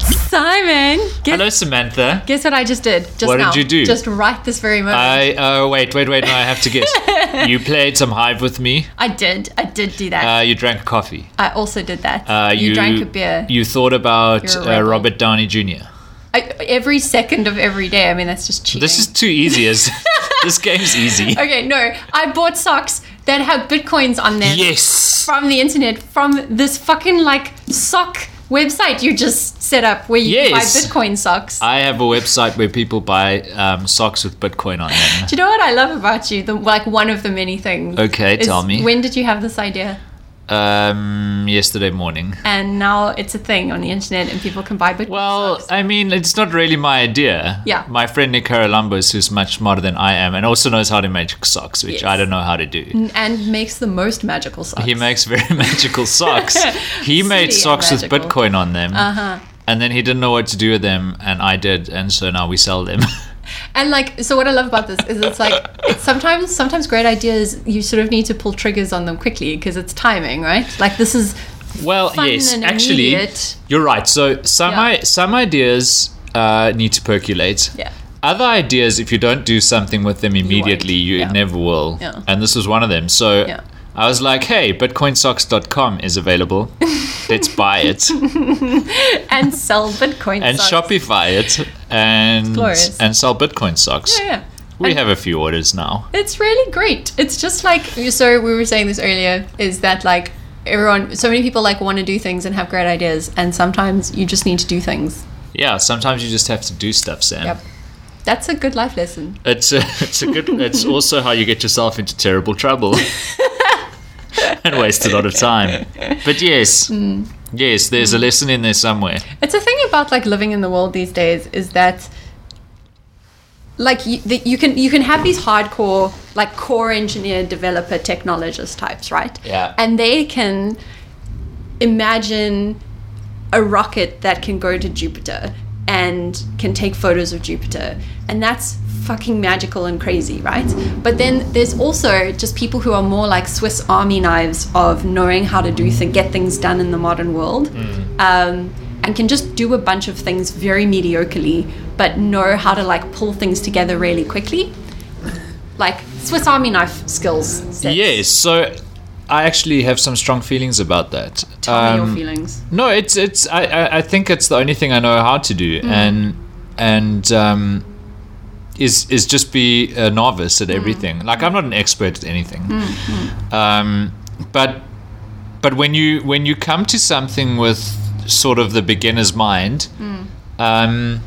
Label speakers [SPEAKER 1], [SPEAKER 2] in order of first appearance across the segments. [SPEAKER 1] Simon. Guess,
[SPEAKER 2] Hello, Samantha.
[SPEAKER 1] guess what I just did? Just
[SPEAKER 2] What did
[SPEAKER 1] now.
[SPEAKER 2] you do?
[SPEAKER 1] Just right this very moment.
[SPEAKER 2] I uh, wait, wait, wait. No, I have to guess. you played some Hive with me.
[SPEAKER 1] I did. I did do that.
[SPEAKER 2] Uh, you drank coffee.
[SPEAKER 1] I also did that.
[SPEAKER 2] Uh,
[SPEAKER 1] you, drank a beer.
[SPEAKER 2] You thought about
[SPEAKER 1] You're a
[SPEAKER 2] uh,
[SPEAKER 1] rebel.
[SPEAKER 2] Robert Downey Jr.
[SPEAKER 1] I, every second of every day. I mean, that's just cheating.
[SPEAKER 2] This is too easy. As this game's easy.
[SPEAKER 1] okay, no. I bought socks that have bitcoins on them
[SPEAKER 2] Yes.
[SPEAKER 1] from the internet from this fucking like sock website you just set up where you
[SPEAKER 2] Yes. Uh.
[SPEAKER 1] can buy bitcoin socks.
[SPEAKER 2] I have a website where people buy um, socks with Bitcoin on them.
[SPEAKER 1] do you know what I love about you? The like one of the many things.
[SPEAKER 2] Okay,
[SPEAKER 1] is
[SPEAKER 2] tell me.
[SPEAKER 1] When did you have this idea?
[SPEAKER 2] Um, yesterday morning.
[SPEAKER 1] And now it's a thing on the internet, and people can buy Bitcoin.
[SPEAKER 2] Well,
[SPEAKER 1] socks.
[SPEAKER 2] I mean, it's not really my idea.
[SPEAKER 1] Yeah.
[SPEAKER 2] My friend Nick Karalambos, who's much smarter than I am, and also knows how to make socks, which
[SPEAKER 1] Yes.
[SPEAKER 2] I don't know how to do.
[SPEAKER 1] and makes the most magical socks.
[SPEAKER 2] He makes very magical socks. He made
[SPEAKER 1] and
[SPEAKER 2] socks with
[SPEAKER 1] magical.
[SPEAKER 2] Bitcoin on them.
[SPEAKER 1] Uh-huh.
[SPEAKER 2] And then he didn't know what to do with them, and I did, and so now we sell them.
[SPEAKER 1] And like, so what I love about this is it's like it's sometimes sometimes great ideas you sort of need to pull triggers on them quickly because it's timing, right? Like this is
[SPEAKER 2] well,
[SPEAKER 1] Fun
[SPEAKER 2] yes,
[SPEAKER 1] and
[SPEAKER 2] actually,
[SPEAKER 1] immediate.
[SPEAKER 2] you're right. So some
[SPEAKER 1] Yeah.
[SPEAKER 2] I- some ideas uh, need to percolate.
[SPEAKER 1] Yeah.
[SPEAKER 2] Other ideas, if you don't do something with them immediately, you,
[SPEAKER 1] Yeah.
[SPEAKER 2] never will.
[SPEAKER 1] Yeah.
[SPEAKER 2] And this was one of them. So
[SPEAKER 1] Yeah.
[SPEAKER 2] I was like, hey, bitcoinsocks.com is available. Let's buy it.
[SPEAKER 1] and sell Bitcoin
[SPEAKER 2] and
[SPEAKER 1] socks.
[SPEAKER 2] Shopify it and
[SPEAKER 1] glorious.
[SPEAKER 2] and sell Bitcoin socks.
[SPEAKER 1] Yeah, yeah.
[SPEAKER 2] We
[SPEAKER 1] And
[SPEAKER 2] have a few orders now.
[SPEAKER 1] it's really great. It's just like so we were saying this earlier is that like everyone so many people like want to do things and have great ideas and sometimes you just need to do things.
[SPEAKER 2] Yeah, sometimes you just have to do stuff, Sam.
[SPEAKER 1] Yep. That's a good life lesson.
[SPEAKER 2] It's a, it's a good. It's also how you get yourself into terrible trouble and waste a lot of time. But yes,
[SPEAKER 1] Hmm.
[SPEAKER 2] yes, there's a lesson in there somewhere.
[SPEAKER 1] It's a thing about like living in the world these days is that like you, that you can you can have these hardcore like core engineer developer technologist types, right?
[SPEAKER 2] Yeah.
[SPEAKER 1] And they can imagine a rocket that can go to Jupiter and can take photos of Jupiter. And that's fucking magical and crazy, right? But then there's also just people who are more like Swiss army knives of knowing how to do th- get things done in the modern world.
[SPEAKER 2] Mm.
[SPEAKER 1] Um, and can just do a bunch of things very mediocrely, but know how to like pull things together really quickly. Like Swiss army knife skills. sets.
[SPEAKER 2] Yes, so I actually have some strong feelings about that.
[SPEAKER 1] Tell me
[SPEAKER 2] Um,
[SPEAKER 1] your feelings.
[SPEAKER 2] No, it's it's. I, I I think it's the only thing I know how to do, and and um, is is just be a novice at everything. Like I'm not an expert at anything, um, but but when you when you come to something with sort of the beginner's mind, um,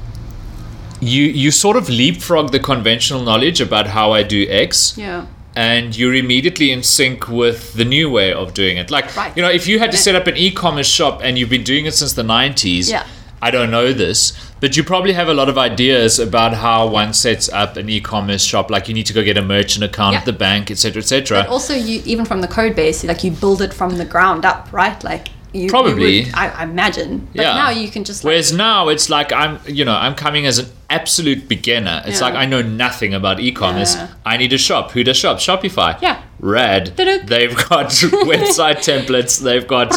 [SPEAKER 2] you you sort of leapfrog the conventional knowledge about how I do X
[SPEAKER 1] Yeah.
[SPEAKER 2] and you're immediately in sync with the new way of doing it. Like,
[SPEAKER 1] Right.
[SPEAKER 2] you know, if you had to set up an e commerce shop and you've been doing it since the 90s,
[SPEAKER 1] Yeah.
[SPEAKER 2] I don't know this, but you probably have a lot of ideas about how one sets up an e commerce shop. Like, you need to go get a merchant account
[SPEAKER 1] Yeah.
[SPEAKER 2] at the bank, etc., etc.
[SPEAKER 1] But also, you even from the code base, like you build it from the ground up, right? Like you you
[SPEAKER 2] Probably.
[SPEAKER 1] would- I, I imagine. But
[SPEAKER 2] Yeah.
[SPEAKER 1] now you can just like,
[SPEAKER 2] Whereas now it's like I'm, you know, I'm coming as an absolute beginner. It's
[SPEAKER 1] Yeah.
[SPEAKER 2] like I know nothing about e-commerce.
[SPEAKER 1] Yeah.
[SPEAKER 2] I need a shop. Who does shop? Shopify.
[SPEAKER 1] Yeah.
[SPEAKER 2] Rad.
[SPEAKER 1] Da-da.
[SPEAKER 2] They've got website templates. They've got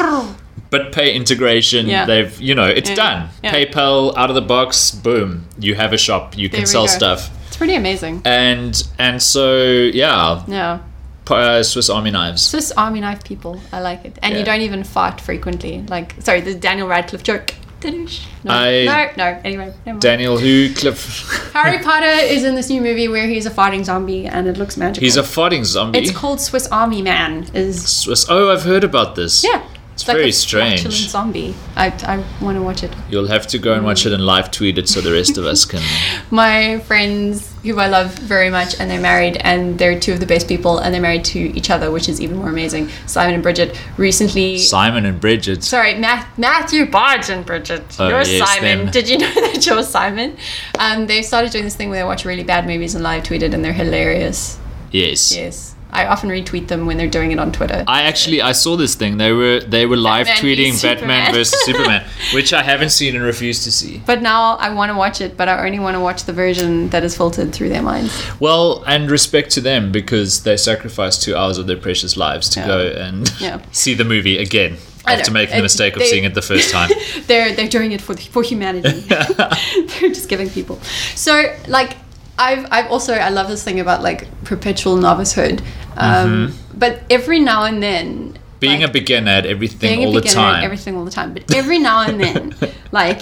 [SPEAKER 2] BitPay integration.
[SPEAKER 1] Yeah.
[SPEAKER 2] They've, you know, it's
[SPEAKER 1] Yeah.
[SPEAKER 2] done.
[SPEAKER 1] Yeah.
[SPEAKER 2] PayPal out of the box. Boom. You have a shop. You
[SPEAKER 1] There
[SPEAKER 2] can
[SPEAKER 1] we
[SPEAKER 2] sell
[SPEAKER 1] go.
[SPEAKER 2] stuff.
[SPEAKER 1] it's pretty amazing.
[SPEAKER 2] And and so yeah,
[SPEAKER 1] Yeah,
[SPEAKER 2] p- uh, Swiss Army knives.
[SPEAKER 1] Swiss Army knife people. I like it, and you
[SPEAKER 2] Yeah.
[SPEAKER 1] don't even fart frequently. Like, sorry, the Daniel Radcliffe joke. Didoosh. No,
[SPEAKER 2] I-
[SPEAKER 1] no, no. Anyway, never mind.
[SPEAKER 2] Daniel Who Cliff.
[SPEAKER 1] Harry Potter is in this new movie where he's a farting zombie, and it looks magical.
[SPEAKER 2] He's a farting zombie.
[SPEAKER 1] it's called Swiss Army Man. Is
[SPEAKER 2] Swiss. Oh, I've heard about this.
[SPEAKER 1] yeah.
[SPEAKER 2] It's very strange.
[SPEAKER 1] flatulent zombie. I, I want to watch it.
[SPEAKER 2] You'll have to go and watch it and live tweet it so the rest of us can.
[SPEAKER 1] my friends who I love very much, and they're married, and they're two of the best people, and they're married to each other, which is even more amazing. Simon and Bridget recently.
[SPEAKER 2] Simon and Bridget.
[SPEAKER 1] Sorry, Math- Matthew Barge and Bridget.
[SPEAKER 2] Oh,
[SPEAKER 1] you're
[SPEAKER 2] yes,
[SPEAKER 1] Simon.
[SPEAKER 2] them.
[SPEAKER 1] Did you know that you're Simon? Um, they've started doing this thing where they watch really bad movies and live tweeted, and they're hilarious.
[SPEAKER 2] Yes.
[SPEAKER 1] Yes. I often retweet them when they're doing it on Twitter.
[SPEAKER 2] I actually I saw this thing. They were they were live
[SPEAKER 1] Batman
[SPEAKER 2] tweeting
[SPEAKER 1] v
[SPEAKER 2] Batman
[SPEAKER 1] Superman.
[SPEAKER 2] versus Superman, which I haven't seen and refuse to see.
[SPEAKER 1] but now I want to watch it, but I only want to watch the version that is filtered through their minds.
[SPEAKER 2] Well, and respect to them because they sacrificed two hours of their precious lives to
[SPEAKER 1] Yeah.
[SPEAKER 2] go and
[SPEAKER 1] Yeah.
[SPEAKER 2] see the movie again
[SPEAKER 1] I
[SPEAKER 2] after
[SPEAKER 1] know.
[SPEAKER 2] making the
[SPEAKER 1] It-
[SPEAKER 2] mistake of
[SPEAKER 1] they-
[SPEAKER 2] seeing it the first time.
[SPEAKER 1] they're they're doing it for for humanity. they're just giving people. So like I've I've also I love this thing about like perpetual novicehood. Um, But every now and then,
[SPEAKER 2] Mm-hmm. being
[SPEAKER 1] like,
[SPEAKER 2] a beginner at everything
[SPEAKER 1] being a
[SPEAKER 2] all the
[SPEAKER 1] beginner at
[SPEAKER 2] time.
[SPEAKER 1] everything all the time. But every now and then, like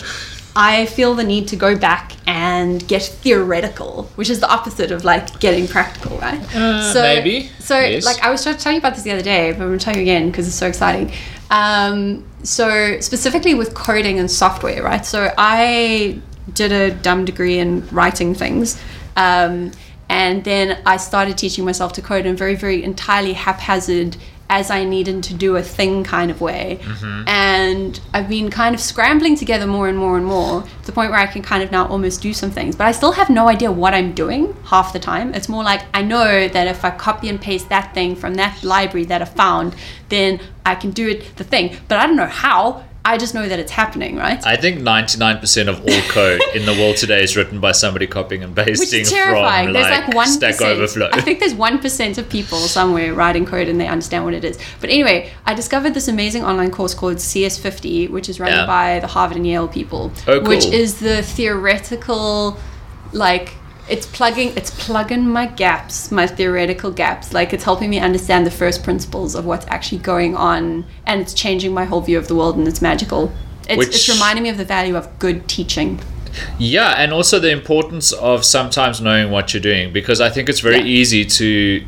[SPEAKER 1] I feel the need to go back and get theoretical, which is the opposite of like getting practical, right?
[SPEAKER 2] Uh, maybe.
[SPEAKER 1] So,
[SPEAKER 2] Yes.
[SPEAKER 1] like, I was trying to tell you about this the other day, but I'm going to tell you again because it's so exciting. Um, so, specifically with coding and software, right? So, I did a dumb degree in writing things. Um, and then I started teaching myself to code in very, very entirely haphazard, as I needed to do a thing kind of way. And I've been kind of scrambling together more and more and more to the point where I can kind of now almost do some things. But I still have no idea what I'm doing half the time. It's more like I know that if I copy and paste that thing from that library that I found, then I can do it the thing. But I don't know how. I just know that it's happening, right?
[SPEAKER 2] I think 99% of all code in the world today is written by somebody copying and
[SPEAKER 1] Which
[SPEAKER 2] pasting
[SPEAKER 1] is terrifying.
[SPEAKER 2] from
[SPEAKER 1] there's
[SPEAKER 2] like,
[SPEAKER 1] like one
[SPEAKER 2] Stack Overflow.
[SPEAKER 1] I think there's one percent of people somewhere writing code and they understand what it is. But anyway, I discovered this amazing online course called CS50, which is run
[SPEAKER 2] Yeah.
[SPEAKER 1] by the Harvard and Yale people,
[SPEAKER 2] Oh,
[SPEAKER 1] which
[SPEAKER 2] cool.
[SPEAKER 1] is the theoretical, like it's plugging it's plugging my gaps my theoretical gaps like it's helping me understand the first principles of what's actually going on and it's changing my whole view of the world and it's magical it's, it's
[SPEAKER 2] Which-
[SPEAKER 1] reminding me of the value of good teaching
[SPEAKER 2] Yeah, and also the importance of sometimes knowing what you're doing because I think it's very
[SPEAKER 1] Yeah.
[SPEAKER 2] easy to,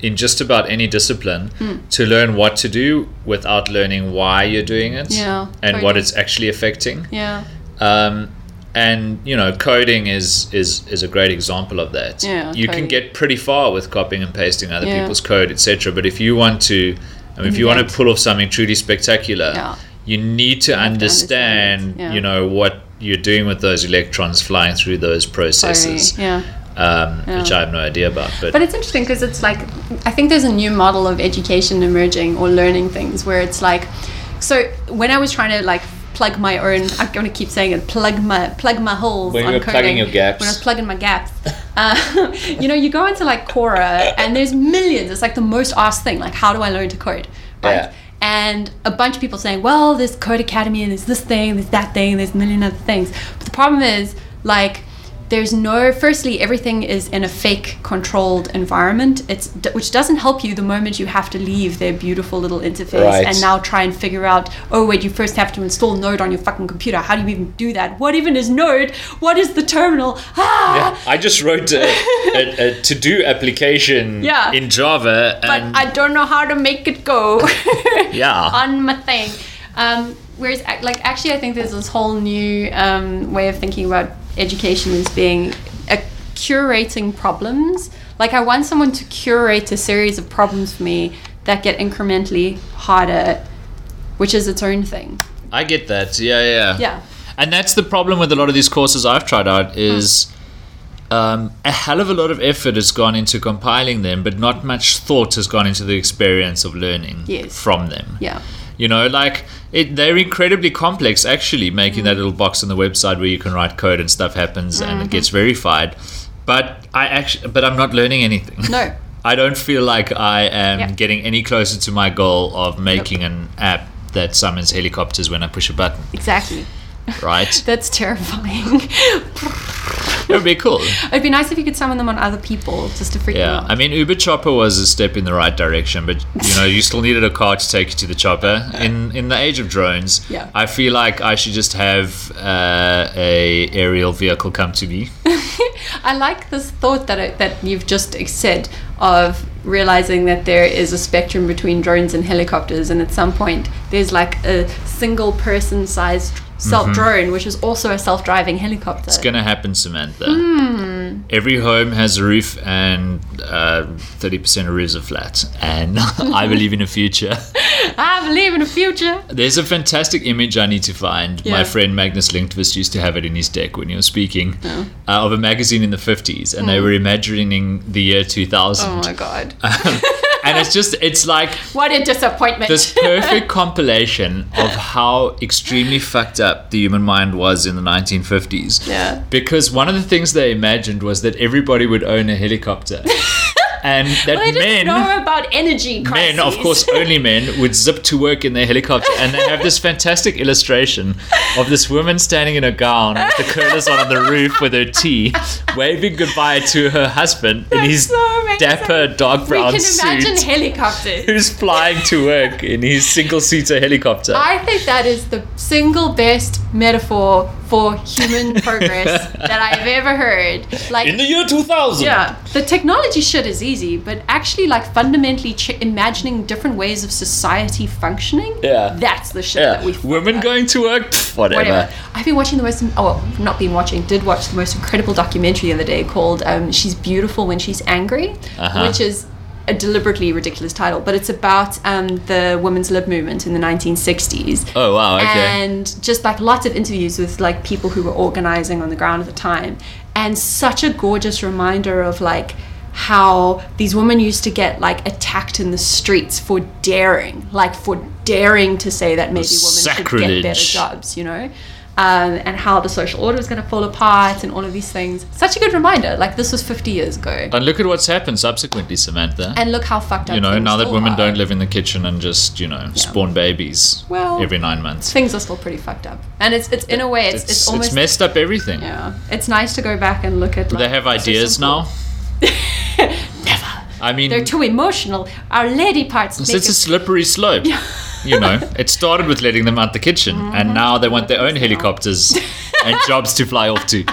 [SPEAKER 2] in just about any discipline,
[SPEAKER 1] Hmm.
[SPEAKER 2] to learn what to do without learning why you're doing it
[SPEAKER 1] Yeah,
[SPEAKER 2] and what
[SPEAKER 1] totally.
[SPEAKER 2] it's actually affecting.
[SPEAKER 1] yeah
[SPEAKER 2] Um, and you know, coding is is is a great example of that.
[SPEAKER 1] Yeah,
[SPEAKER 2] you
[SPEAKER 1] totally.
[SPEAKER 2] can get pretty far with copying and pasting other
[SPEAKER 1] Yeah.
[SPEAKER 2] people's code, etc. But if you want to, I mean, if you want to
[SPEAKER 1] Invent.
[SPEAKER 2] pull off something truly spectacular,
[SPEAKER 1] Yeah.
[SPEAKER 2] you need to
[SPEAKER 1] understand
[SPEAKER 2] understand,
[SPEAKER 1] it, yeah.
[SPEAKER 2] you know, what you're doing with those electrons flying through those
[SPEAKER 1] totally.
[SPEAKER 2] processes,
[SPEAKER 1] yeah
[SPEAKER 2] um, which
[SPEAKER 1] Yeah.
[SPEAKER 2] I have no idea about. But,
[SPEAKER 1] But it's interesting because it's like I think there's a new model of education emerging or learning things where it's like so when I was trying to like plug my own I'm gonna keep saying it plug my plug my holes
[SPEAKER 2] When you
[SPEAKER 1] on
[SPEAKER 2] were
[SPEAKER 1] coding,
[SPEAKER 2] plugging your gaps.
[SPEAKER 1] when I was plugging my gaps uh, you know you go into like Quora and there's millions it's like the most asked thing like how do I learn to code right
[SPEAKER 2] Yeah.
[SPEAKER 1] and a bunch of people saying, well, there's Code Academy and there's this thing, there's that thing, there's a million other things. But the problem is, like, there's no, firstly, everything is in a fake controlled environment, it's, d- which doesn't help you the moment you have to leave their beautiful little interface
[SPEAKER 2] Right.
[SPEAKER 1] and now try and figure out, oh, wait, you first have to install Node on your fucking computer. How do you even do that? What even is Node? What is the terminal? Ah!
[SPEAKER 2] I just wrote a, a, a to-do application
[SPEAKER 1] Yeah.
[SPEAKER 2] in Java,
[SPEAKER 1] but
[SPEAKER 2] and
[SPEAKER 1] I don't know how to make it go.
[SPEAKER 2] Yeah.
[SPEAKER 1] On my thing. Um, whereas, ac- like, actually, I think there's this whole new um, way of thinking about education as being a curating problems. Like, I want someone to curate a series of problems for me that get incrementally harder, which is its own thing.
[SPEAKER 2] I get that. Yeah, yeah,
[SPEAKER 1] Yeah.
[SPEAKER 2] And that's the problem with a lot of these courses I've tried out is um, a hell of a lot of effort has gone into compiling them, but not much thought has gone into the experience of learning
[SPEAKER 1] Yes.
[SPEAKER 2] from them.
[SPEAKER 1] Yeah.
[SPEAKER 2] You know, like it, they're incredibly complex. Actually, making
[SPEAKER 1] Mm.
[SPEAKER 2] that little box on the website where you can write code and stuff happens and
[SPEAKER 1] Mm-hmm.
[SPEAKER 2] it gets verified. But I actually, but I'm not learning anything.
[SPEAKER 1] No.
[SPEAKER 2] I don't feel like I am
[SPEAKER 1] Yeah.
[SPEAKER 2] getting any closer to my goal of making an app that summons helicopters when I push a button.
[SPEAKER 1] Exactly.
[SPEAKER 2] Right?
[SPEAKER 1] That's terrifying.
[SPEAKER 2] it would be cool.
[SPEAKER 1] It'd be nice if you could summon them on other people just to freak
[SPEAKER 2] Yeah,
[SPEAKER 1] them out.
[SPEAKER 2] I mean, Uber Chopper was a step in the right direction, but you know, you still needed a car to take you to the chopper. In in the age of drones,
[SPEAKER 1] Yeah.
[SPEAKER 2] I feel like I should just have uh, a aerial vehicle come to me.
[SPEAKER 1] I like this thought that it, that you've just said of realizing that there is a spectrum between drones and helicopters, and at some point there's like a single person sized self drone, which is also a self driving helicopter.
[SPEAKER 2] Mm-hmm. It's gonna happen, Samantha.
[SPEAKER 1] Hmm.
[SPEAKER 2] Every home has a roof, and uh, thirty percent of roofs are flat. And I believe in a future.
[SPEAKER 1] I believe in a future.
[SPEAKER 2] There's a fantastic image I need to find. My
[SPEAKER 1] Yeah.
[SPEAKER 2] friend Magnus Lindqvist used to have it in his deck when he was speaking
[SPEAKER 1] Oh. Hmm.
[SPEAKER 2] uh, of a magazine in the 50s, and they were imagining the year 2000.
[SPEAKER 1] Oh my god.
[SPEAKER 2] and it's just it's like
[SPEAKER 1] What a disappointment.
[SPEAKER 2] this perfect compilation of how extremely fucked up the human mind was in the 1950s.
[SPEAKER 1] Yeah.
[SPEAKER 2] Because one of the things they imagined was that everybody would own a helicopter, and that
[SPEAKER 1] I just
[SPEAKER 2] men.
[SPEAKER 1] know about energy crises.
[SPEAKER 2] Men, of course, only men would zip to work in their helicopter, and they have this fantastic illustration of this woman standing in a gown with the curlers on, on the roof with her tea, waving goodbye to her husband in his
[SPEAKER 1] so amazing.
[SPEAKER 2] dapper dark
[SPEAKER 1] We
[SPEAKER 2] brown
[SPEAKER 1] can imagine
[SPEAKER 2] suit
[SPEAKER 1] helicopters.
[SPEAKER 2] who's flying to work in his single seater helicopter.
[SPEAKER 1] I think that is the single best metaphor for human progress that I've ever heard. Like
[SPEAKER 2] in the year 2000.
[SPEAKER 1] yeah.
[SPEAKER 3] The technology shit is easy, but actually, like, fundamentally ch- imagining different ways of society functioning,
[SPEAKER 2] Yeah.
[SPEAKER 3] that's the shit
[SPEAKER 2] Yeah.
[SPEAKER 3] that we
[SPEAKER 2] Women going to work, pff, whatever.
[SPEAKER 3] whatever. I've been watching the most, oh, well, not been watching, did watch the most incredible documentary the other day called um, She's Beautiful When She's Angry,
[SPEAKER 2] Uh-huh.
[SPEAKER 3] which is a deliberately ridiculous title, but it's about um, the women's lib movement in the 1960s.
[SPEAKER 2] Oh, wow, okay.
[SPEAKER 3] And just like lots of interviews with like people who were organizing on the ground at the time. And such a gorgeous reminder of like, how these women used to get like attacked in the streets for daring, like for daring to say that maybe women should get better
[SPEAKER 2] Sacrilege.
[SPEAKER 3] jobs jobs, you know, um, and how the social order is going to fall apart and all of these things. Such a good reminder. Like this was 50 years ago,
[SPEAKER 2] And look at what's happened subsequently, Samantha.
[SPEAKER 3] and look how fucked up.
[SPEAKER 2] Uh, you know,
[SPEAKER 3] things
[SPEAKER 2] now that
[SPEAKER 3] still
[SPEAKER 2] women
[SPEAKER 3] are.
[SPEAKER 2] don't live in the kitchen and just, you know, spawn babies
[SPEAKER 3] Well,
[SPEAKER 2] every nine months.
[SPEAKER 3] things are still pretty fucked up. And it's it's in a way it's it's,
[SPEAKER 2] It's, it's
[SPEAKER 3] almost
[SPEAKER 2] messed up everything.
[SPEAKER 3] yeah. It's nice to go back and look at. Like,
[SPEAKER 2] They have
[SPEAKER 3] this is
[SPEAKER 2] ideas
[SPEAKER 3] simple.
[SPEAKER 2] now. Never. I mean,
[SPEAKER 3] They're too emotional. Our lady parts.
[SPEAKER 2] it's,
[SPEAKER 3] make
[SPEAKER 2] it's a
[SPEAKER 3] us-
[SPEAKER 2] slippery slope. you know, it started with letting them out the kitchen,
[SPEAKER 3] Mm-hmm.
[SPEAKER 2] and now they want their own helicopters and jobs to fly off to.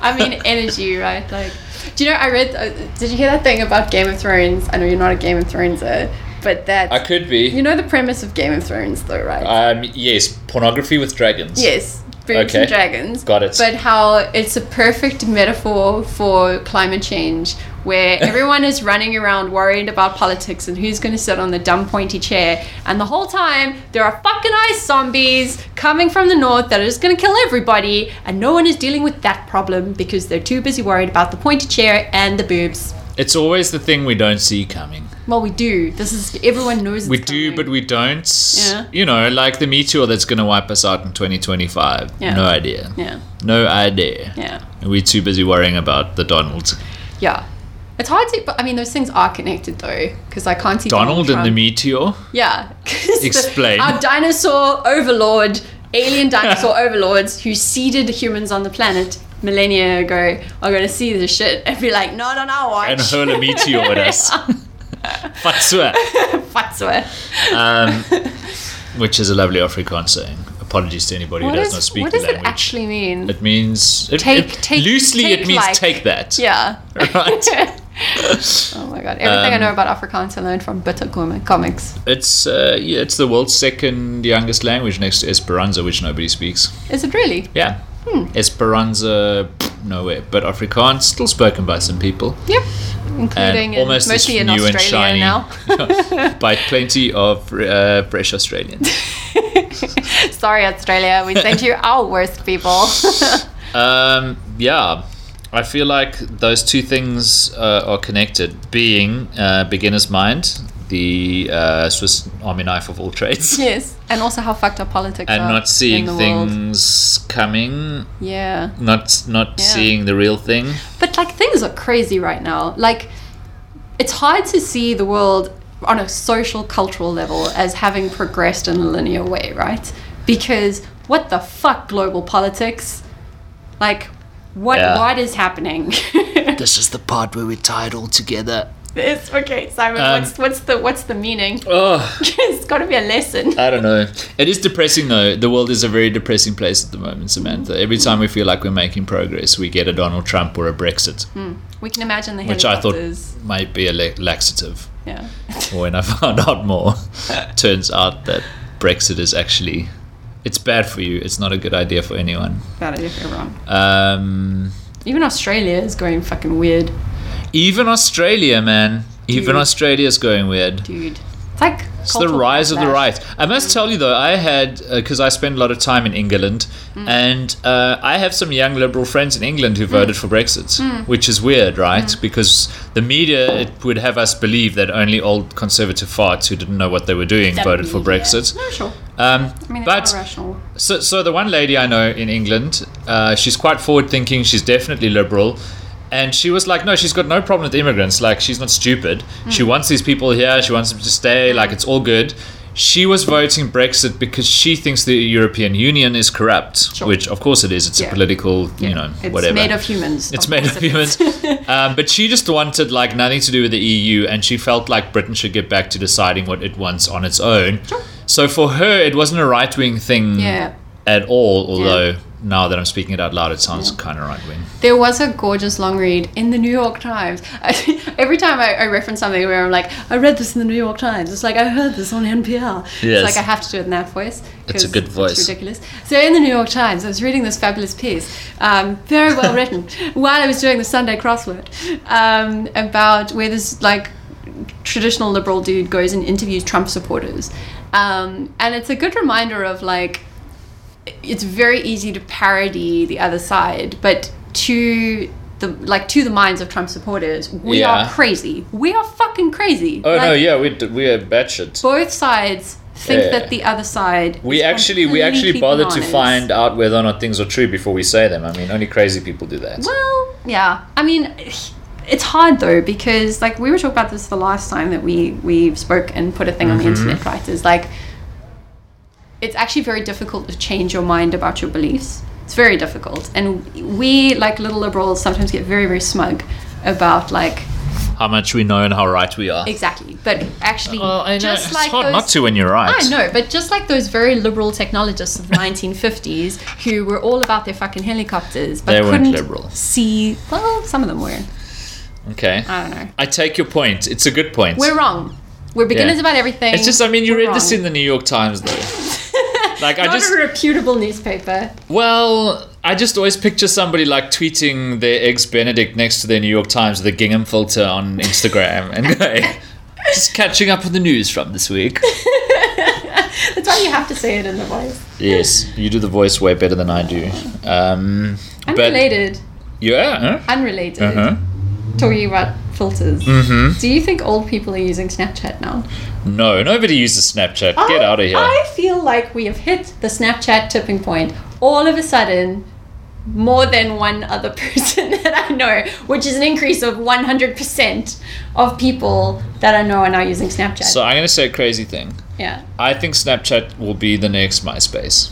[SPEAKER 1] I mean energy, right? Like, do you know? I read. Uh, did you hear that thing about Game of Thrones? I know you're not a Game of Thrones, uh, but that
[SPEAKER 2] I could be.
[SPEAKER 1] you know the premise of Game of Thrones, though, right?
[SPEAKER 2] Um, yes, pornography with dragons.
[SPEAKER 1] Yes, Boobs
[SPEAKER 2] Okay.
[SPEAKER 1] and Dragons.
[SPEAKER 2] Got it.
[SPEAKER 1] But how it's a perfect metaphor for climate change, where everyone is running around worried about politics and who's going to sit on the dumb pointy chair. And the whole time, there are fucking ice zombies coming from the north that are just going to kill everybody. And no one is dealing with that problem because they're too busy worried about the pointy chair and the boobs.
[SPEAKER 2] It's always the thing we don't see coming.
[SPEAKER 1] Well, we do. This is, everyone knows
[SPEAKER 2] We
[SPEAKER 1] it's
[SPEAKER 2] do,
[SPEAKER 1] coming.
[SPEAKER 2] but we don't.
[SPEAKER 1] Yeah.
[SPEAKER 2] You know, like the meteor that's going to wipe us out in 2025.
[SPEAKER 1] Yeah.
[SPEAKER 2] No idea.
[SPEAKER 1] Yeah,
[SPEAKER 2] No idea.
[SPEAKER 1] yeah.
[SPEAKER 2] We're too busy worrying about the Donald.
[SPEAKER 1] Yeah. It's hard to, but I mean, those things are connected though, because I can't see
[SPEAKER 2] Donald and the
[SPEAKER 1] Trump.
[SPEAKER 2] meteor?
[SPEAKER 1] Yeah. 'cause the-
[SPEAKER 2] Explain.
[SPEAKER 1] our dinosaur overlord, alien dinosaur overlords who seeded humans on the planet millennia ago are going to see this shit and be like, not on our watch.
[SPEAKER 2] And hurl a meteor at us. Fatsua.
[SPEAKER 1] Fatsoe.
[SPEAKER 2] Um, which is a lovely Afrikaans saying. Apologies to anybody
[SPEAKER 1] What
[SPEAKER 2] who does
[SPEAKER 1] is-
[SPEAKER 2] not speak
[SPEAKER 1] what
[SPEAKER 2] the
[SPEAKER 1] does it
[SPEAKER 2] language.
[SPEAKER 1] actually mean?
[SPEAKER 2] It means. It,
[SPEAKER 1] Take-
[SPEAKER 2] it-
[SPEAKER 1] take-
[SPEAKER 2] Loosely,
[SPEAKER 1] take
[SPEAKER 2] it means
[SPEAKER 1] like.
[SPEAKER 2] take that.
[SPEAKER 1] yeah.
[SPEAKER 2] Right? Um,
[SPEAKER 1] oh my god. Everything I know about Afrikaans I learned from Bitter Gourmet Comics.
[SPEAKER 2] It's uh, yeah, it's the world's second youngest language next to Esperanto, which nobody speaks.
[SPEAKER 1] Is it really?
[SPEAKER 2] Yeah,
[SPEAKER 1] Hmm.
[SPEAKER 2] Esperanto, pff, nowhere, but Afrikaans still spoken by some people,
[SPEAKER 1] Yep. Including
[SPEAKER 2] and
[SPEAKER 1] in-
[SPEAKER 2] almost as
[SPEAKER 1] mostly in
[SPEAKER 2] new and
[SPEAKER 1] Australia
[SPEAKER 2] shiny
[SPEAKER 1] now.
[SPEAKER 2] by plenty of uh, fresh Australians.
[SPEAKER 1] Sorry, Australia. We sent you our worst people.
[SPEAKER 2] um, yeah. I feel like those two things uh, are connected, being uh, beginner's mind, the uh, Swiss Army knife of all trades,
[SPEAKER 1] yes. And also how fucked up politics
[SPEAKER 2] and
[SPEAKER 1] are.
[SPEAKER 2] not
[SPEAKER 1] in
[SPEAKER 2] seeing
[SPEAKER 1] the World.
[SPEAKER 2] things coming
[SPEAKER 1] Yeah.
[SPEAKER 2] not not
[SPEAKER 1] Yeah.
[SPEAKER 2] seeing the real thing.
[SPEAKER 1] But like things are crazy right now. Like it's hard to see the world on a social cultural level as having progressed in a linear way, right? Because what the fuck global politics? Like what
[SPEAKER 2] Yeah.
[SPEAKER 1] what is happening?
[SPEAKER 2] This is the part where we tie it all together.
[SPEAKER 1] It's okay, Simon,
[SPEAKER 2] Um,
[SPEAKER 1] what's what's the what's the meaning?
[SPEAKER 2] Oh,
[SPEAKER 1] it's gotta be a lesson.
[SPEAKER 2] I don't know. It is depressing though. The world is a very depressing place at the moment, Samantha. Every time we feel like we're making progress, we get a Donald Trump or a Brexit,
[SPEAKER 1] We can imagine the
[SPEAKER 2] which I thought
[SPEAKER 1] helicopters.
[SPEAKER 2] might be a la- laxative.
[SPEAKER 1] yeah.
[SPEAKER 2] When I found out more, turns out that Brexit is actually it's bad for you. It's not a good idea for anyone.
[SPEAKER 1] Bad idea if you're wrong.
[SPEAKER 2] Um,
[SPEAKER 1] Even Australia is going fucking weird,
[SPEAKER 2] even Australia, man. Even Australia's going weird.
[SPEAKER 1] dude. It's like
[SPEAKER 2] It's the rise of the right. I must tell you though, I had because I spent a lot of time in England,
[SPEAKER 1] Mm.
[SPEAKER 2] and uh, I have some young liberal friends in England who voted for Brexit,
[SPEAKER 1] Mm.
[SPEAKER 2] which is weird, right? Because the media it would have us believe that only old conservative farts who didn't know what they were doing voted for Brexit.
[SPEAKER 1] No, sure.
[SPEAKER 2] Um,
[SPEAKER 1] I mean,
[SPEAKER 2] but
[SPEAKER 1] it's not rational.
[SPEAKER 2] so, so the one lady I know in England, uh, she's quite forward thinking. She's definitely liberal, and she was like, "No, she's got no problem with immigrants. Like, she's not stupid.
[SPEAKER 1] Hmm.
[SPEAKER 2] She wants these people here. She wants them to stay. Like, it's all good." She was voting Brexit because she thinks the European Union is corrupt,
[SPEAKER 1] Sure.
[SPEAKER 2] which of course it is. It's
[SPEAKER 1] Yeah.
[SPEAKER 2] a political, you know,
[SPEAKER 1] it's
[SPEAKER 2] whatever.
[SPEAKER 1] made of humans.
[SPEAKER 2] It's made of humans. um, but she just wanted like nothing to do with the EU, and she felt like Britain should get back to deciding what it wants on its own.
[SPEAKER 1] Sure.
[SPEAKER 2] So for her, it wasn't a right wing thing
[SPEAKER 1] Yeah.
[SPEAKER 2] at all. Although now that I'm speaking it out loud, it sounds kind of right wing.
[SPEAKER 1] There was a gorgeous long read in the New York Times. I, every time I, I reference something where I'm like, I read this in the New York Times. It's like I heard this on NPR.
[SPEAKER 2] Yes.
[SPEAKER 1] It's like I have to do it in that voice.
[SPEAKER 2] It's a
[SPEAKER 1] 'cause
[SPEAKER 2] good voice.
[SPEAKER 1] It's ridiculous. So in the New York Times, I was reading this fabulous piece, um, very well written, while I was doing the Sunday crossword um, about where this like traditional liberal dude goes and interviews Trump supporters. Um, and it's a good reminder of like, it's very easy to parody the other side, but to the like to the minds of Trump supporters, we
[SPEAKER 2] Yeah.
[SPEAKER 1] are crazy. We are fucking crazy.
[SPEAKER 2] Oh no,
[SPEAKER 1] Like,
[SPEAKER 2] yeah, we d- we are batshit.
[SPEAKER 1] Both sides think
[SPEAKER 2] Yeah.
[SPEAKER 1] that the other side.
[SPEAKER 2] We
[SPEAKER 1] is
[SPEAKER 2] actually we actually
[SPEAKER 1] completely
[SPEAKER 2] bothered to
[SPEAKER 1] bananas.
[SPEAKER 2] find out whether or not things are true before we say them. I mean, only crazy people do that.
[SPEAKER 1] Well, yeah. I mean, it's hard though because like we were talking about this the last time that we we spoke and put a thing on the
[SPEAKER 2] Mm-hmm.
[SPEAKER 1] internet, right? Is like it's actually very difficult to change your mind about your beliefs. It's very difficult, and we like little liberals sometimes get very very smug about like
[SPEAKER 2] How much we know and how right we are.
[SPEAKER 1] exactly, but actually
[SPEAKER 2] Well, I know,
[SPEAKER 1] just
[SPEAKER 2] it's
[SPEAKER 1] like
[SPEAKER 2] hard
[SPEAKER 1] those,
[SPEAKER 2] not to when you're right.
[SPEAKER 1] I know, but just like those very liberal technologists of the 1950s who were all about their fucking helicopters, but
[SPEAKER 2] They weren't
[SPEAKER 1] couldn't
[SPEAKER 2] liberal.
[SPEAKER 1] see. Well, some of them were.
[SPEAKER 2] Okay.
[SPEAKER 1] I don't know.
[SPEAKER 2] I take your point. It's a good point.
[SPEAKER 1] Uh, We're wrong. We're beginners
[SPEAKER 2] Yeah.
[SPEAKER 1] about everything.
[SPEAKER 2] It's just, I mean, you
[SPEAKER 1] We're
[SPEAKER 2] read this
[SPEAKER 1] wrong.
[SPEAKER 2] in the New York Times, though. like, I
[SPEAKER 1] Not
[SPEAKER 2] just,
[SPEAKER 1] a reputable newspaper.
[SPEAKER 2] well, I just always picture somebody like tweeting their eggs Benedict next to their New York Times with a gingham filter on Instagram and going, just catching up with the news from this week.
[SPEAKER 1] That's why you have to say it in the voice.
[SPEAKER 2] yes, you do the voice way better than I do. Um, but
[SPEAKER 1] Unrelated.
[SPEAKER 2] yeah, huh?
[SPEAKER 1] Unrelated.
[SPEAKER 2] uh-huh.
[SPEAKER 1] Talking about filters. Mm-hmm. Do you think old people are using Snapchat now?
[SPEAKER 2] no, nobody uses Snapchat. Get
[SPEAKER 1] I-
[SPEAKER 2] out of here.
[SPEAKER 1] I feel like we have hit the Snapchat tipping point. All of a sudden, more than one other person that I know, which is an increase of 100% of people that I know are now using Snapchat.
[SPEAKER 2] so I'm going to say a crazy thing.
[SPEAKER 1] yeah.
[SPEAKER 2] I think Snapchat will be the next MySpace.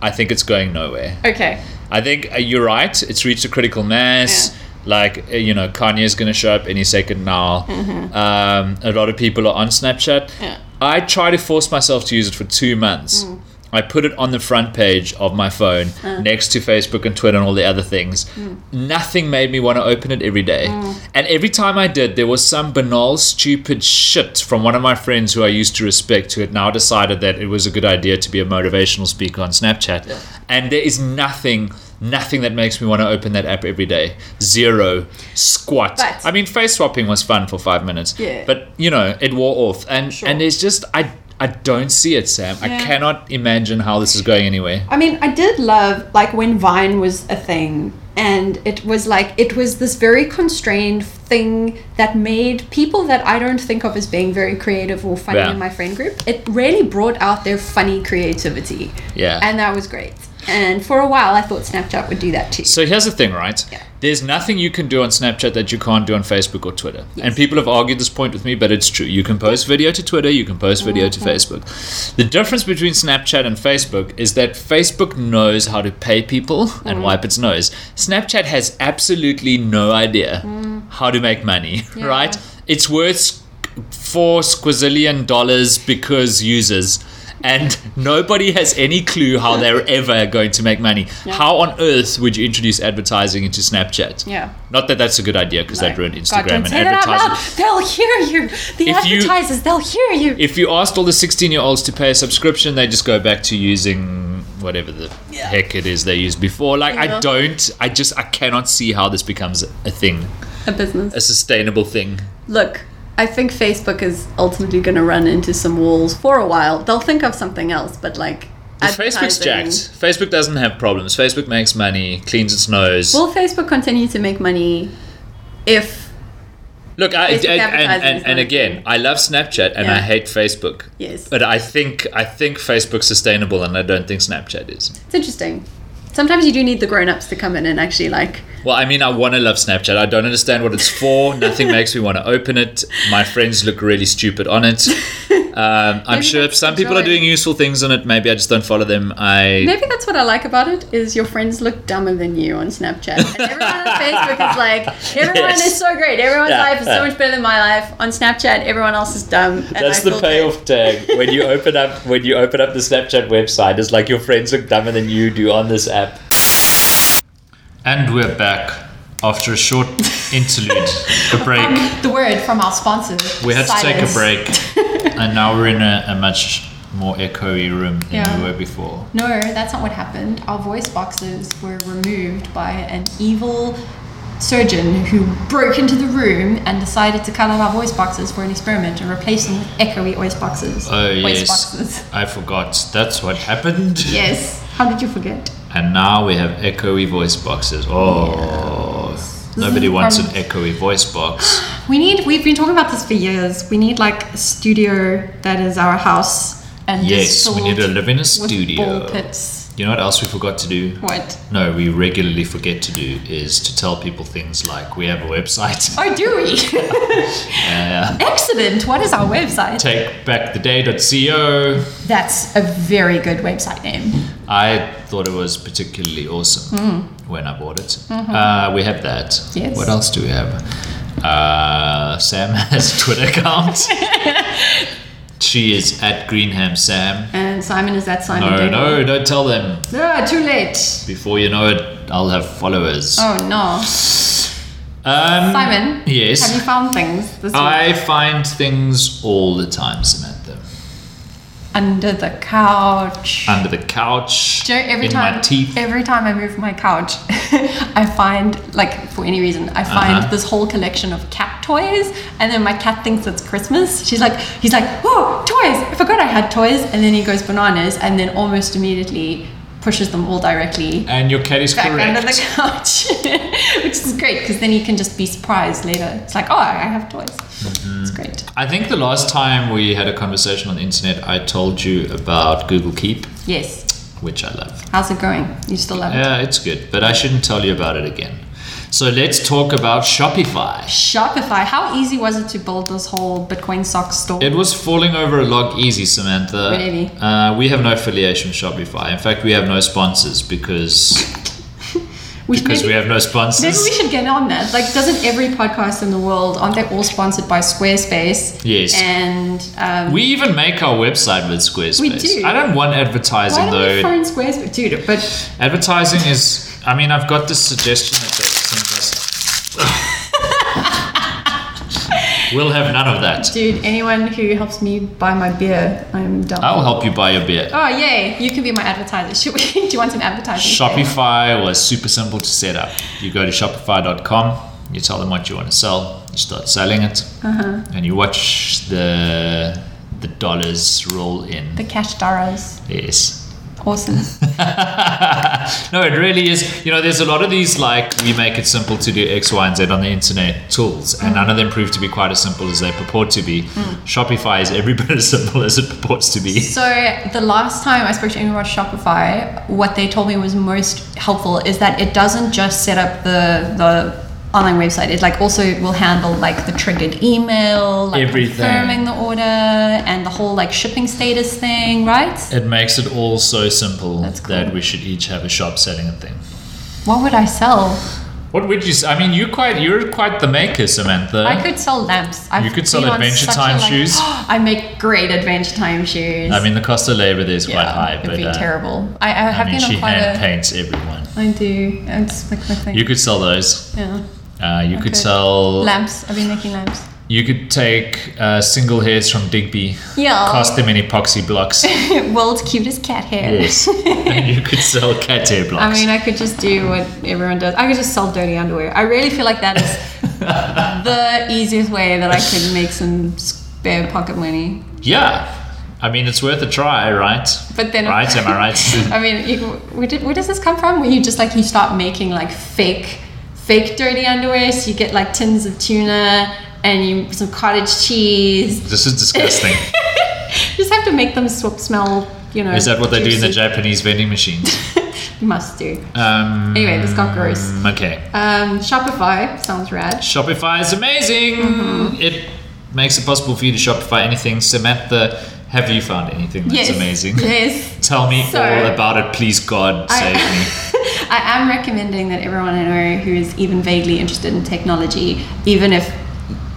[SPEAKER 2] I think it's going nowhere.
[SPEAKER 1] Okay.
[SPEAKER 2] I think uh, you're right. It's reached a critical mass.
[SPEAKER 1] Yeah.
[SPEAKER 2] Like uh, you know, Kanye's gonna show up any second now. Um, a lot of people are on Snapchat.
[SPEAKER 1] Mm-hmm. Yeah.
[SPEAKER 2] I tried to force myself to use it for two months.
[SPEAKER 1] Mm.
[SPEAKER 2] I put it on the front page of my phone,
[SPEAKER 1] Uh.
[SPEAKER 2] next to Facebook and Twitter and all the other things.
[SPEAKER 1] Mm.
[SPEAKER 2] Nothing made me want to open it every day. And every time I did, there was some banal, stupid shit from one of my friends who I used to respect, who had now decided that it was a good idea to be a motivational speaker on Snapchat. And there is nothing, nothing that makes me want to open that app every day. Zero, squat.
[SPEAKER 1] But-
[SPEAKER 2] I mean, face swapping was fun for five minutes.
[SPEAKER 1] Yeah.
[SPEAKER 2] But you know, it wore off, and and it's just I I don't see it, Sam. I
[SPEAKER 1] Yeah.
[SPEAKER 2] cannot imagine how this is going anywhere.
[SPEAKER 1] I mean, I did love like when Vine was a thing, and it was like it was this very constrained thing that made people that I don't think of as being very creative or funny
[SPEAKER 2] Yeah.
[SPEAKER 1] in my friend group. It really brought out their funny creativity,
[SPEAKER 2] Yeah.
[SPEAKER 1] and that was great. And for a while, I thought Snapchat would do that too.
[SPEAKER 2] So here's the thing, right?
[SPEAKER 1] Yeah.
[SPEAKER 2] There's nothing you can do on Snapchat that you can't do on Facebook or Twitter. And people have argued this point with me, but it's true. You can post video to Twitter, you can post video
[SPEAKER 1] Mm-hmm.
[SPEAKER 2] to Facebook. The difference between Snapchat and Facebook is that Facebook knows how to pay people
[SPEAKER 1] Mm-hmm.
[SPEAKER 2] and wipe its nose. Snapchat has absolutely no idea
[SPEAKER 1] Mm.
[SPEAKER 2] how to make money, right? It's worth four squazillion dollars because users and nobody has any clue how they're ever going to make money how on earth would you introduce advertising into snapchat
[SPEAKER 1] Yeah.
[SPEAKER 2] not that that's a good idea because that ruined instagram
[SPEAKER 1] God, don't
[SPEAKER 2] and
[SPEAKER 1] say that out
[SPEAKER 2] advertising
[SPEAKER 1] loud. They'll hear you. The
[SPEAKER 2] If you-
[SPEAKER 1] advertisers, they'll hear you.
[SPEAKER 2] if you asked all the 16 year olds to pay a subscription they just go back to using whatever the heck it is they used before like i
[SPEAKER 1] Yeah.
[SPEAKER 2] don't i just i cannot see how this becomes a thing
[SPEAKER 1] a business.
[SPEAKER 2] a sustainable thing
[SPEAKER 1] Look,
[SPEAKER 3] I think Facebook is ultimately going to run into some walls for a while. They'll think of something else, but like.
[SPEAKER 2] Facebook's
[SPEAKER 3] advertising-
[SPEAKER 2] jacked. Facebook doesn't have problems. Facebook makes money, cleans its nose.
[SPEAKER 3] Will Facebook continue to make money if.
[SPEAKER 2] Look, I, I,
[SPEAKER 3] Facebook
[SPEAKER 2] and,
[SPEAKER 3] advertising is
[SPEAKER 2] and, and
[SPEAKER 3] not
[SPEAKER 2] again,
[SPEAKER 3] good.
[SPEAKER 2] I love Snapchat and I
[SPEAKER 3] Yeah.
[SPEAKER 2] hate Facebook.
[SPEAKER 3] Yes.
[SPEAKER 2] But I think I think Facebook's sustainable, and I don't think Snapchat is.
[SPEAKER 3] It's interesting. Sometimes you do need the grown ups to come in and actually like.
[SPEAKER 2] Well, I mean, I want to love Snapchat. I don't understand what it's for. Nothing makes me want to open it. My friends look really stupid on it. Um, I'm
[SPEAKER 3] Maybe
[SPEAKER 2] sure
[SPEAKER 3] that's
[SPEAKER 2] some
[SPEAKER 3] the
[SPEAKER 2] people are
[SPEAKER 3] joy.
[SPEAKER 2] doing useful things on it. Maybe I just don't follow them. I
[SPEAKER 3] Maybe that's what I like about it is your friends look dumber than you on Snapchat. And everyone on Facebook is like, everyone
[SPEAKER 2] Yes.
[SPEAKER 3] is so great. Everyone's
[SPEAKER 2] Yeah,
[SPEAKER 3] life is
[SPEAKER 2] yeah.
[SPEAKER 3] so much better than my life. On Snapchat, everyone else is dumb. and I
[SPEAKER 2] That's the
[SPEAKER 3] feel bad.
[SPEAKER 2] payoff tag. When you open up when you open up the Snapchat website, it's like your friends look dumber than you do on this app. And we're back after a short interlude, a break.
[SPEAKER 1] Um, the word from our sponsors.
[SPEAKER 2] We had to take a
[SPEAKER 1] Silence.
[SPEAKER 2] break, and now we're in a, a much more echoey room than
[SPEAKER 1] Yeah.
[SPEAKER 2] we were before.
[SPEAKER 1] No, that's not what happened. Our voice boxes were removed by an evil surgeon who broke into the room and decided to cut out our voice boxes for an experiment and replace them with echoey voice boxes.
[SPEAKER 2] Oh
[SPEAKER 1] voice
[SPEAKER 2] yes,
[SPEAKER 1] boxes.
[SPEAKER 2] I forgot. That's what happened.
[SPEAKER 1] Yes. How did you forget?
[SPEAKER 2] And now we have echoey voice boxes. Oh, nobody
[SPEAKER 1] is
[SPEAKER 2] wants an
[SPEAKER 1] from-
[SPEAKER 2] echoey voice box.
[SPEAKER 1] We need. We've been talking about this for years. We need like a studio that is our house and is
[SPEAKER 2] Yes, we need to
[SPEAKER 1] filled
[SPEAKER 2] live in a
[SPEAKER 1] with
[SPEAKER 2] studio.
[SPEAKER 1] ball pits.
[SPEAKER 2] You know what else we forgot to do?
[SPEAKER 1] What?
[SPEAKER 2] No, we regularly forget to do is to tell people things like we have a website.
[SPEAKER 1] Oh, do we?
[SPEAKER 2] Uh,
[SPEAKER 1] Excellent. What is our website?
[SPEAKER 2] takebacktheday.co.
[SPEAKER 1] That's a very good website name.
[SPEAKER 2] I thought it was particularly awesome when I bought it. Uh, we have that.
[SPEAKER 1] Hmm. Mm-hmm. Yes.
[SPEAKER 2] What else do we have? Uh, Sam has a Twitter account. she is at Greenham Sam.
[SPEAKER 1] And Simon is that Simon.
[SPEAKER 2] No,
[SPEAKER 1] Dale?
[SPEAKER 2] no, don't tell them.
[SPEAKER 1] Ah, too late.
[SPEAKER 2] Before you know it, I'll have followers.
[SPEAKER 1] Oh no,
[SPEAKER 2] Um,
[SPEAKER 1] Simon.
[SPEAKER 2] Yes.
[SPEAKER 1] Have you found things this week?
[SPEAKER 2] I find things all the time, Samantha.
[SPEAKER 1] under the couch?
[SPEAKER 2] Under the couch,
[SPEAKER 1] Do you know, every
[SPEAKER 2] Uh, in
[SPEAKER 1] time,
[SPEAKER 2] my teeth.
[SPEAKER 1] every time I move my couch, I find like for any reason, I find
[SPEAKER 2] Uh-huh.
[SPEAKER 1] this whole collection of cat toys, and then my cat thinks it's Christmas. She's like, he's like, oh, toys! I forgot I had toys, and then he goes bananas, and then almost immediately pushes them all directly
[SPEAKER 2] and your cat is
[SPEAKER 1] back
[SPEAKER 2] correct.
[SPEAKER 1] under the couch, which is great because then you can just be surprised later. It's like, oh, I have toys.
[SPEAKER 2] Mm-hmm.
[SPEAKER 1] It's great.
[SPEAKER 2] I think the last time we had a conversation on the internet, I told you about Google Keep,
[SPEAKER 1] Yes.
[SPEAKER 2] which I love.
[SPEAKER 1] How's it going? You still love it?
[SPEAKER 2] Yeah, it's good, but I shouldn't tell you about it again. So let's talk about Shopify.
[SPEAKER 1] Shopify. How easy was it to build this whole Bitcoin sock store?
[SPEAKER 2] It was falling over a log easy, Samantha.
[SPEAKER 1] Really?
[SPEAKER 2] Uh, we have no affiliation with Shopify. In fact, we have no sponsors because
[SPEAKER 1] we should
[SPEAKER 2] because
[SPEAKER 1] maybe,
[SPEAKER 2] we have no
[SPEAKER 1] maybe
[SPEAKER 2] sponsors.
[SPEAKER 1] we should get on that. Like, doesn't every podcast in the world aren't they all sponsored by Squarespace?
[SPEAKER 2] Yes.
[SPEAKER 1] And um,
[SPEAKER 2] We even make our website with Squarespace.
[SPEAKER 1] We do.
[SPEAKER 2] I don't want
[SPEAKER 1] why
[SPEAKER 2] advertising
[SPEAKER 1] don't we
[SPEAKER 2] though.
[SPEAKER 1] phone Squarespace, dude? But
[SPEAKER 2] Advertising is. I mean, I've got this suggestion that they sent us. we'll have none of that.
[SPEAKER 1] dude, anyone who helps me buy my beer, I'm done.
[SPEAKER 2] I'll help you buy your beer.
[SPEAKER 1] Oh yay! You can be my advertiser. Should we? Do you want some advertising?
[SPEAKER 2] Shopify was super simple to set up. You go to shopify.com. You tell them what you want to sell. You start selling it,
[SPEAKER 1] Uh-huh.
[SPEAKER 2] and you watch the the dollars roll in.
[SPEAKER 1] The cash daras.
[SPEAKER 2] yes.
[SPEAKER 1] Awesome.
[SPEAKER 2] no, it really is. You know, there's a lot of these like we make it simple to do X, Y, and Z on the internet tools,
[SPEAKER 1] Mm.
[SPEAKER 2] and none of them prove to be quite as simple as they purport to be. Shopify is every bit as simple as it purports to be.
[SPEAKER 1] So the last time I spoke to anyone about Shopify, what they told me was most helpful is that it doesn't just set up the the online website. It like also will handle like the triggered email, like
[SPEAKER 2] Everything.
[SPEAKER 1] confirming the order, and the whole like shipping status thing, right?
[SPEAKER 2] It makes it all so simple
[SPEAKER 1] That's cool.
[SPEAKER 2] that we should each have a shop selling a thing.
[SPEAKER 1] What would I sell?
[SPEAKER 2] What would you? s- I mean, you quite you're quite the maker, Samantha.
[SPEAKER 1] I could sell lamps. I've
[SPEAKER 2] You could sell
[SPEAKER 1] been on
[SPEAKER 2] Adventure
[SPEAKER 1] such a,
[SPEAKER 2] Time
[SPEAKER 1] like-
[SPEAKER 2] shoes.
[SPEAKER 1] I make great adventure time shoes.
[SPEAKER 2] I mean, the cost of labor there is quite high,
[SPEAKER 1] it'd
[SPEAKER 2] but
[SPEAKER 1] be
[SPEAKER 2] uh,
[SPEAKER 1] terrible. I, I
[SPEAKER 2] I
[SPEAKER 1] have
[SPEAKER 2] mean,
[SPEAKER 1] been on
[SPEAKER 2] she
[SPEAKER 1] quite
[SPEAKER 2] hand
[SPEAKER 1] a.
[SPEAKER 2] paints everyone.
[SPEAKER 1] I do. I just like my thing.
[SPEAKER 2] You could sell those.
[SPEAKER 1] yeah.
[SPEAKER 2] Uh, you could
[SPEAKER 1] could.
[SPEAKER 2] sell
[SPEAKER 1] Lamps. I've been making lamps.
[SPEAKER 2] You could take uh, single hairs from Digby,
[SPEAKER 1] Yeah.
[SPEAKER 2] cast them in epoxy blocks.
[SPEAKER 1] World's cutest cat hair.
[SPEAKER 2] and you could sell cat hair
[SPEAKER 1] I
[SPEAKER 2] blocks.
[SPEAKER 1] mean, I could just do what everyone does. I could just sell dirty underwear. I really feel like that is the easiest way that I could make some spare pocket money.
[SPEAKER 2] Yeah. I mean, it's worth a try, right?
[SPEAKER 1] But then,
[SPEAKER 2] Right? Am I right?
[SPEAKER 1] I mean, you, where, did, where does this come from? Where you just like you start making like fake, fake dirty underwear, so you get like tins of tuna and you some cottage cheese.
[SPEAKER 2] this is disgusting.
[SPEAKER 1] just have to make them sw- smell, you know.
[SPEAKER 2] Is that what they do in the
[SPEAKER 1] juicy.
[SPEAKER 2] Japanese vending machines?
[SPEAKER 1] You must do.
[SPEAKER 2] Um,
[SPEAKER 1] Anyway, this got gross.
[SPEAKER 2] Okay.
[SPEAKER 1] Um, Shopify sounds rad.
[SPEAKER 2] Shopify is amazing.
[SPEAKER 1] Mm-hmm.
[SPEAKER 2] It makes it possible for you to Shopify anything. Samantha, have you found anything that's
[SPEAKER 1] yes,
[SPEAKER 2] amazing?
[SPEAKER 1] Yes.
[SPEAKER 2] Tell me
[SPEAKER 1] So-
[SPEAKER 2] all about it, please, God, save me.
[SPEAKER 1] I am recommending that everyone I know who is even vaguely interested in technology, even if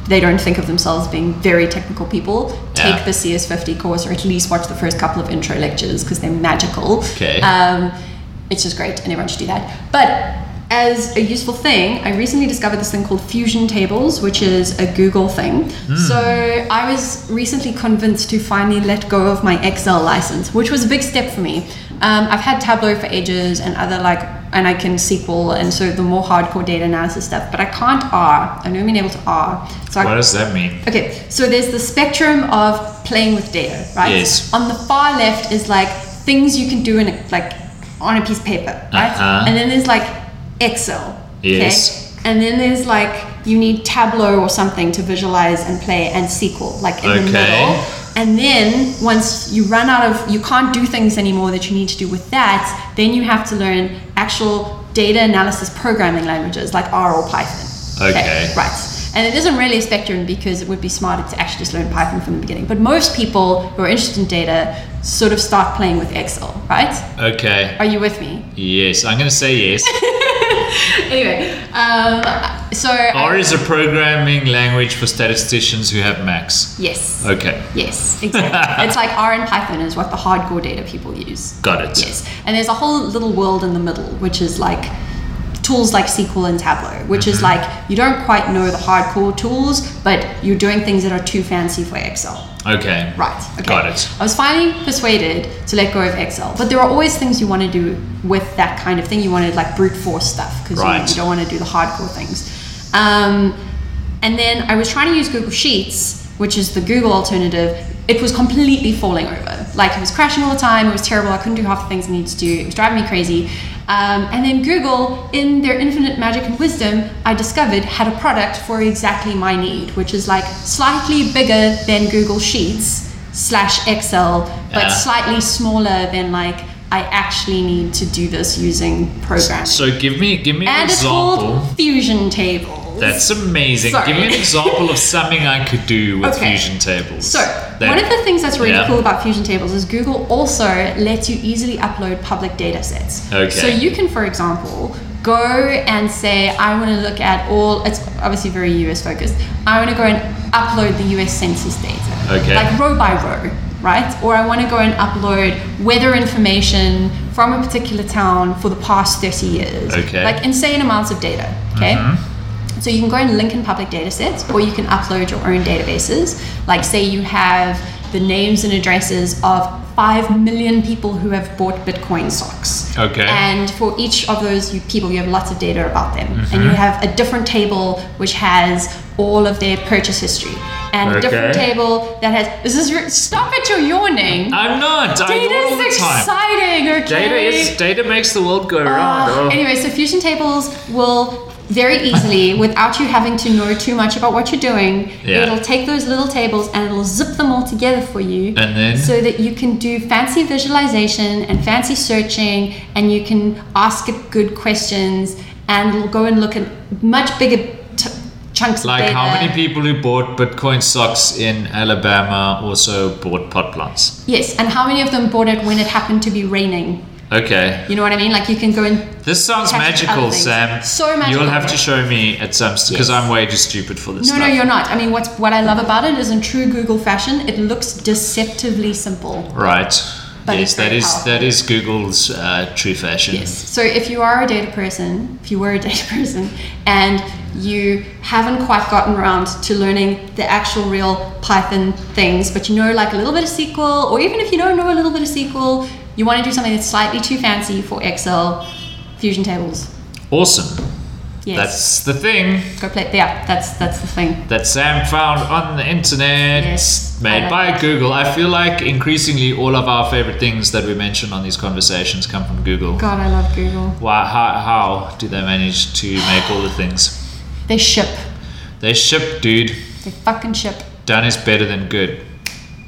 [SPEAKER 1] they don't think of themselves being very technical people, take
[SPEAKER 2] Yeah.
[SPEAKER 1] the CS50 course or at least watch the first couple of intro lectures because they're magical.
[SPEAKER 2] Okay.
[SPEAKER 1] Um, it's just great and everyone should do that. But as a useful thing, I recently discovered this thing called Fusion Tables, which is a Google thing. So I was recently convinced to finally let go of my Excel license, which was a big step for me. Um, I've had Tableau for ages and other like, and I can SQL and so the more hardcore data analysis stuff, but I can't R. I've never been able to R. So I
[SPEAKER 2] What does that mean?
[SPEAKER 1] Okay, so there's the spectrum of playing with data, right?
[SPEAKER 2] Yes.
[SPEAKER 1] On the far left is like things you can do in a, like on a piece of paper, right?
[SPEAKER 2] Uh-huh.
[SPEAKER 1] And then there's like Excel.
[SPEAKER 2] Yes.
[SPEAKER 1] Okay? And then there's like you need Tableau or something to visualize and play and SQL, like in the
[SPEAKER 2] Okay.
[SPEAKER 1] middle. And then once you run out of, you can't do things anymore that you need to do with that, then you have to learn actual data analysis programming languages like R or Python.
[SPEAKER 2] Okay.
[SPEAKER 1] Right. And it isn't really a spectrum because it would be smarter to actually just learn Python from the beginning. But most people who are interested in data sort of start playing with Excel, right?
[SPEAKER 2] Okay.
[SPEAKER 1] Are you with me?
[SPEAKER 2] Yes, I'm going to say yes.
[SPEAKER 1] Anyway, um, so.
[SPEAKER 2] R is a programming language for statisticians who have Macs.
[SPEAKER 1] yes.
[SPEAKER 2] Okay,
[SPEAKER 1] Yes, exactly. it's like R and Python is what the hardcore data people use.
[SPEAKER 2] got it.
[SPEAKER 1] Yes. And there's a whole little world in the middle, which is like tools like SQL and Tableau, which
[SPEAKER 2] Mm-hmm.
[SPEAKER 1] is like you don't quite know the hardcore tools, but you're doing things that are too fancy for Excel.
[SPEAKER 2] Okay.
[SPEAKER 1] Right. Okay.
[SPEAKER 2] Got it.
[SPEAKER 1] I was finally persuaded to let go of Excel, but there are always things you want to do with that kind of thing. You want to like brute force stuff because
[SPEAKER 2] Right.
[SPEAKER 1] you, don't want to do the hardcore things. Um, and then I was trying to use Google Sheets, which is the Google alternative. It was completely falling over. Like it was crashing all the time. It was terrible. I couldn't do half the things I needed to do. It was driving me crazy. Um, and then Google, in their infinite magic and wisdom, I discovered had a product for exactly my need, which is like slightly bigger than Google Sheets slash Excel, but
[SPEAKER 2] Yeah.
[SPEAKER 1] slightly smaller than like I actually need to do this using programming.
[SPEAKER 2] So give me give me an
[SPEAKER 1] and it's
[SPEAKER 2] example.
[SPEAKER 1] called Fusion Tables.
[SPEAKER 2] That's amazing.
[SPEAKER 1] Sorry.
[SPEAKER 2] Give me an example of something I could do with
[SPEAKER 1] Okay.
[SPEAKER 2] fusion tables.
[SPEAKER 1] So,
[SPEAKER 2] That-
[SPEAKER 1] one of the things that's really
[SPEAKER 2] yeah.
[SPEAKER 1] cool about Fusion Tables is Google also lets you easily upload public data sets.
[SPEAKER 2] Okay.
[SPEAKER 1] So, you can, for example, go and say, I want to look at all, it's obviously very US focused, I want to go and upload the US census data.
[SPEAKER 2] Okay.
[SPEAKER 1] Like row by row, right? Or I want to go and upload weather information from a particular town for the past 30 years.
[SPEAKER 2] Okay. Mm-hmm.
[SPEAKER 1] Like insane amounts of data, okay? So you can go and link in public data sets, or you can upload your own databases. Like, say you have the names and addresses of 5 million people who have bought Bitcoin stocks.
[SPEAKER 2] Okay.
[SPEAKER 1] And for each of those you people, you have lots of data about them. And you
[SPEAKER 2] Mm-hmm.
[SPEAKER 1] have a different table which has all of their purchase history. And a different
[SPEAKER 2] Okay.
[SPEAKER 1] table that has. This is. re- Stop it, you're yawning.
[SPEAKER 2] I'm not. I
[SPEAKER 1] Data
[SPEAKER 2] all the
[SPEAKER 1] is
[SPEAKER 2] time.
[SPEAKER 1] exciting, okay?
[SPEAKER 2] Data is data makes the world go round.
[SPEAKER 1] Ah,
[SPEAKER 2] Oh.
[SPEAKER 1] Anyway, so fusion tables will very easily, without you having to know too much about what you're doing,
[SPEAKER 2] Yeah.
[SPEAKER 1] it'll take those little tables and it'll zip them all together for you.
[SPEAKER 2] And then?
[SPEAKER 1] So that you can do fancy visualization and fancy searching and you can ask it good questions and it'll go and look at much bigger t- chunks of
[SPEAKER 2] like
[SPEAKER 1] data.
[SPEAKER 2] how many people who bought Bitcoin stocks in Alabama also bought pot plants?
[SPEAKER 1] Yes, and how many of them bought it when it happened to be raining?
[SPEAKER 2] Okay.
[SPEAKER 1] You know what I mean? Like you can go and
[SPEAKER 2] This sounds
[SPEAKER 1] Catch up
[SPEAKER 2] magical,
[SPEAKER 1] other things.
[SPEAKER 2] Sam.
[SPEAKER 1] So magical.
[SPEAKER 2] You'll have to show me at some because I'm way too stupid for this
[SPEAKER 1] No,
[SPEAKER 2] stuff.
[SPEAKER 1] no, you're not. I mean, what's what I love about it is in true Google fashion, it looks deceptively simple.
[SPEAKER 2] Right.
[SPEAKER 1] But
[SPEAKER 2] yes,
[SPEAKER 1] it's very
[SPEAKER 2] that is
[SPEAKER 1] powerful.
[SPEAKER 2] that is Google's uh, true fashion.
[SPEAKER 1] Yes. So if you are a data person, if you were a data person, and you haven't quite gotten around to learning the actual real Python things, but you know like a little bit of SQL, or even if you don't know a little bit of SQL, you want to do something that's slightly too fancy for Excel, Fusion tables.
[SPEAKER 2] Awesome.
[SPEAKER 1] Yes.
[SPEAKER 2] That's the thing
[SPEAKER 1] Go play. Yeah, that's that's the thing.
[SPEAKER 2] that Sam found on the internet,
[SPEAKER 1] Yes, I
[SPEAKER 2] made
[SPEAKER 1] like
[SPEAKER 2] by
[SPEAKER 1] that.
[SPEAKER 2] Google. I feel like increasingly all of our favorite things that we mention on these conversations come from Google.
[SPEAKER 1] God, I love Google.
[SPEAKER 2] Why, how, how do they manage to make all the things?
[SPEAKER 1] They ship.
[SPEAKER 2] They ship, dude.
[SPEAKER 1] They fucking ship.
[SPEAKER 2] Done is better than good.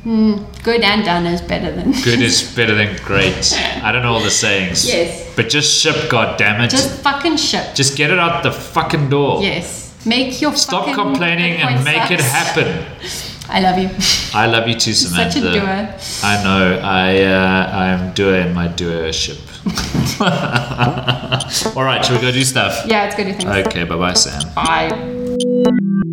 [SPEAKER 1] Good and done is better than.
[SPEAKER 2] Good is better than great. I don't know all the sayings.
[SPEAKER 1] Yes.
[SPEAKER 2] But just ship, god damn it.
[SPEAKER 1] Just
[SPEAKER 2] Just,
[SPEAKER 1] fucking ship.
[SPEAKER 2] get it out the fucking door.
[SPEAKER 1] Yes. Make your
[SPEAKER 2] Stop
[SPEAKER 1] fucking
[SPEAKER 2] complaining and
[SPEAKER 1] Bitcoin
[SPEAKER 2] make it
[SPEAKER 1] sucks.
[SPEAKER 2] happen.
[SPEAKER 1] I love you.
[SPEAKER 2] I love you too, Samantha.
[SPEAKER 1] Such a doer.
[SPEAKER 2] I know. I uh, I am doing my doership. All right, shall we go do stuff?
[SPEAKER 1] Yeah, it's good to think.
[SPEAKER 2] Okay, bye bye, Sam.
[SPEAKER 1] Bye.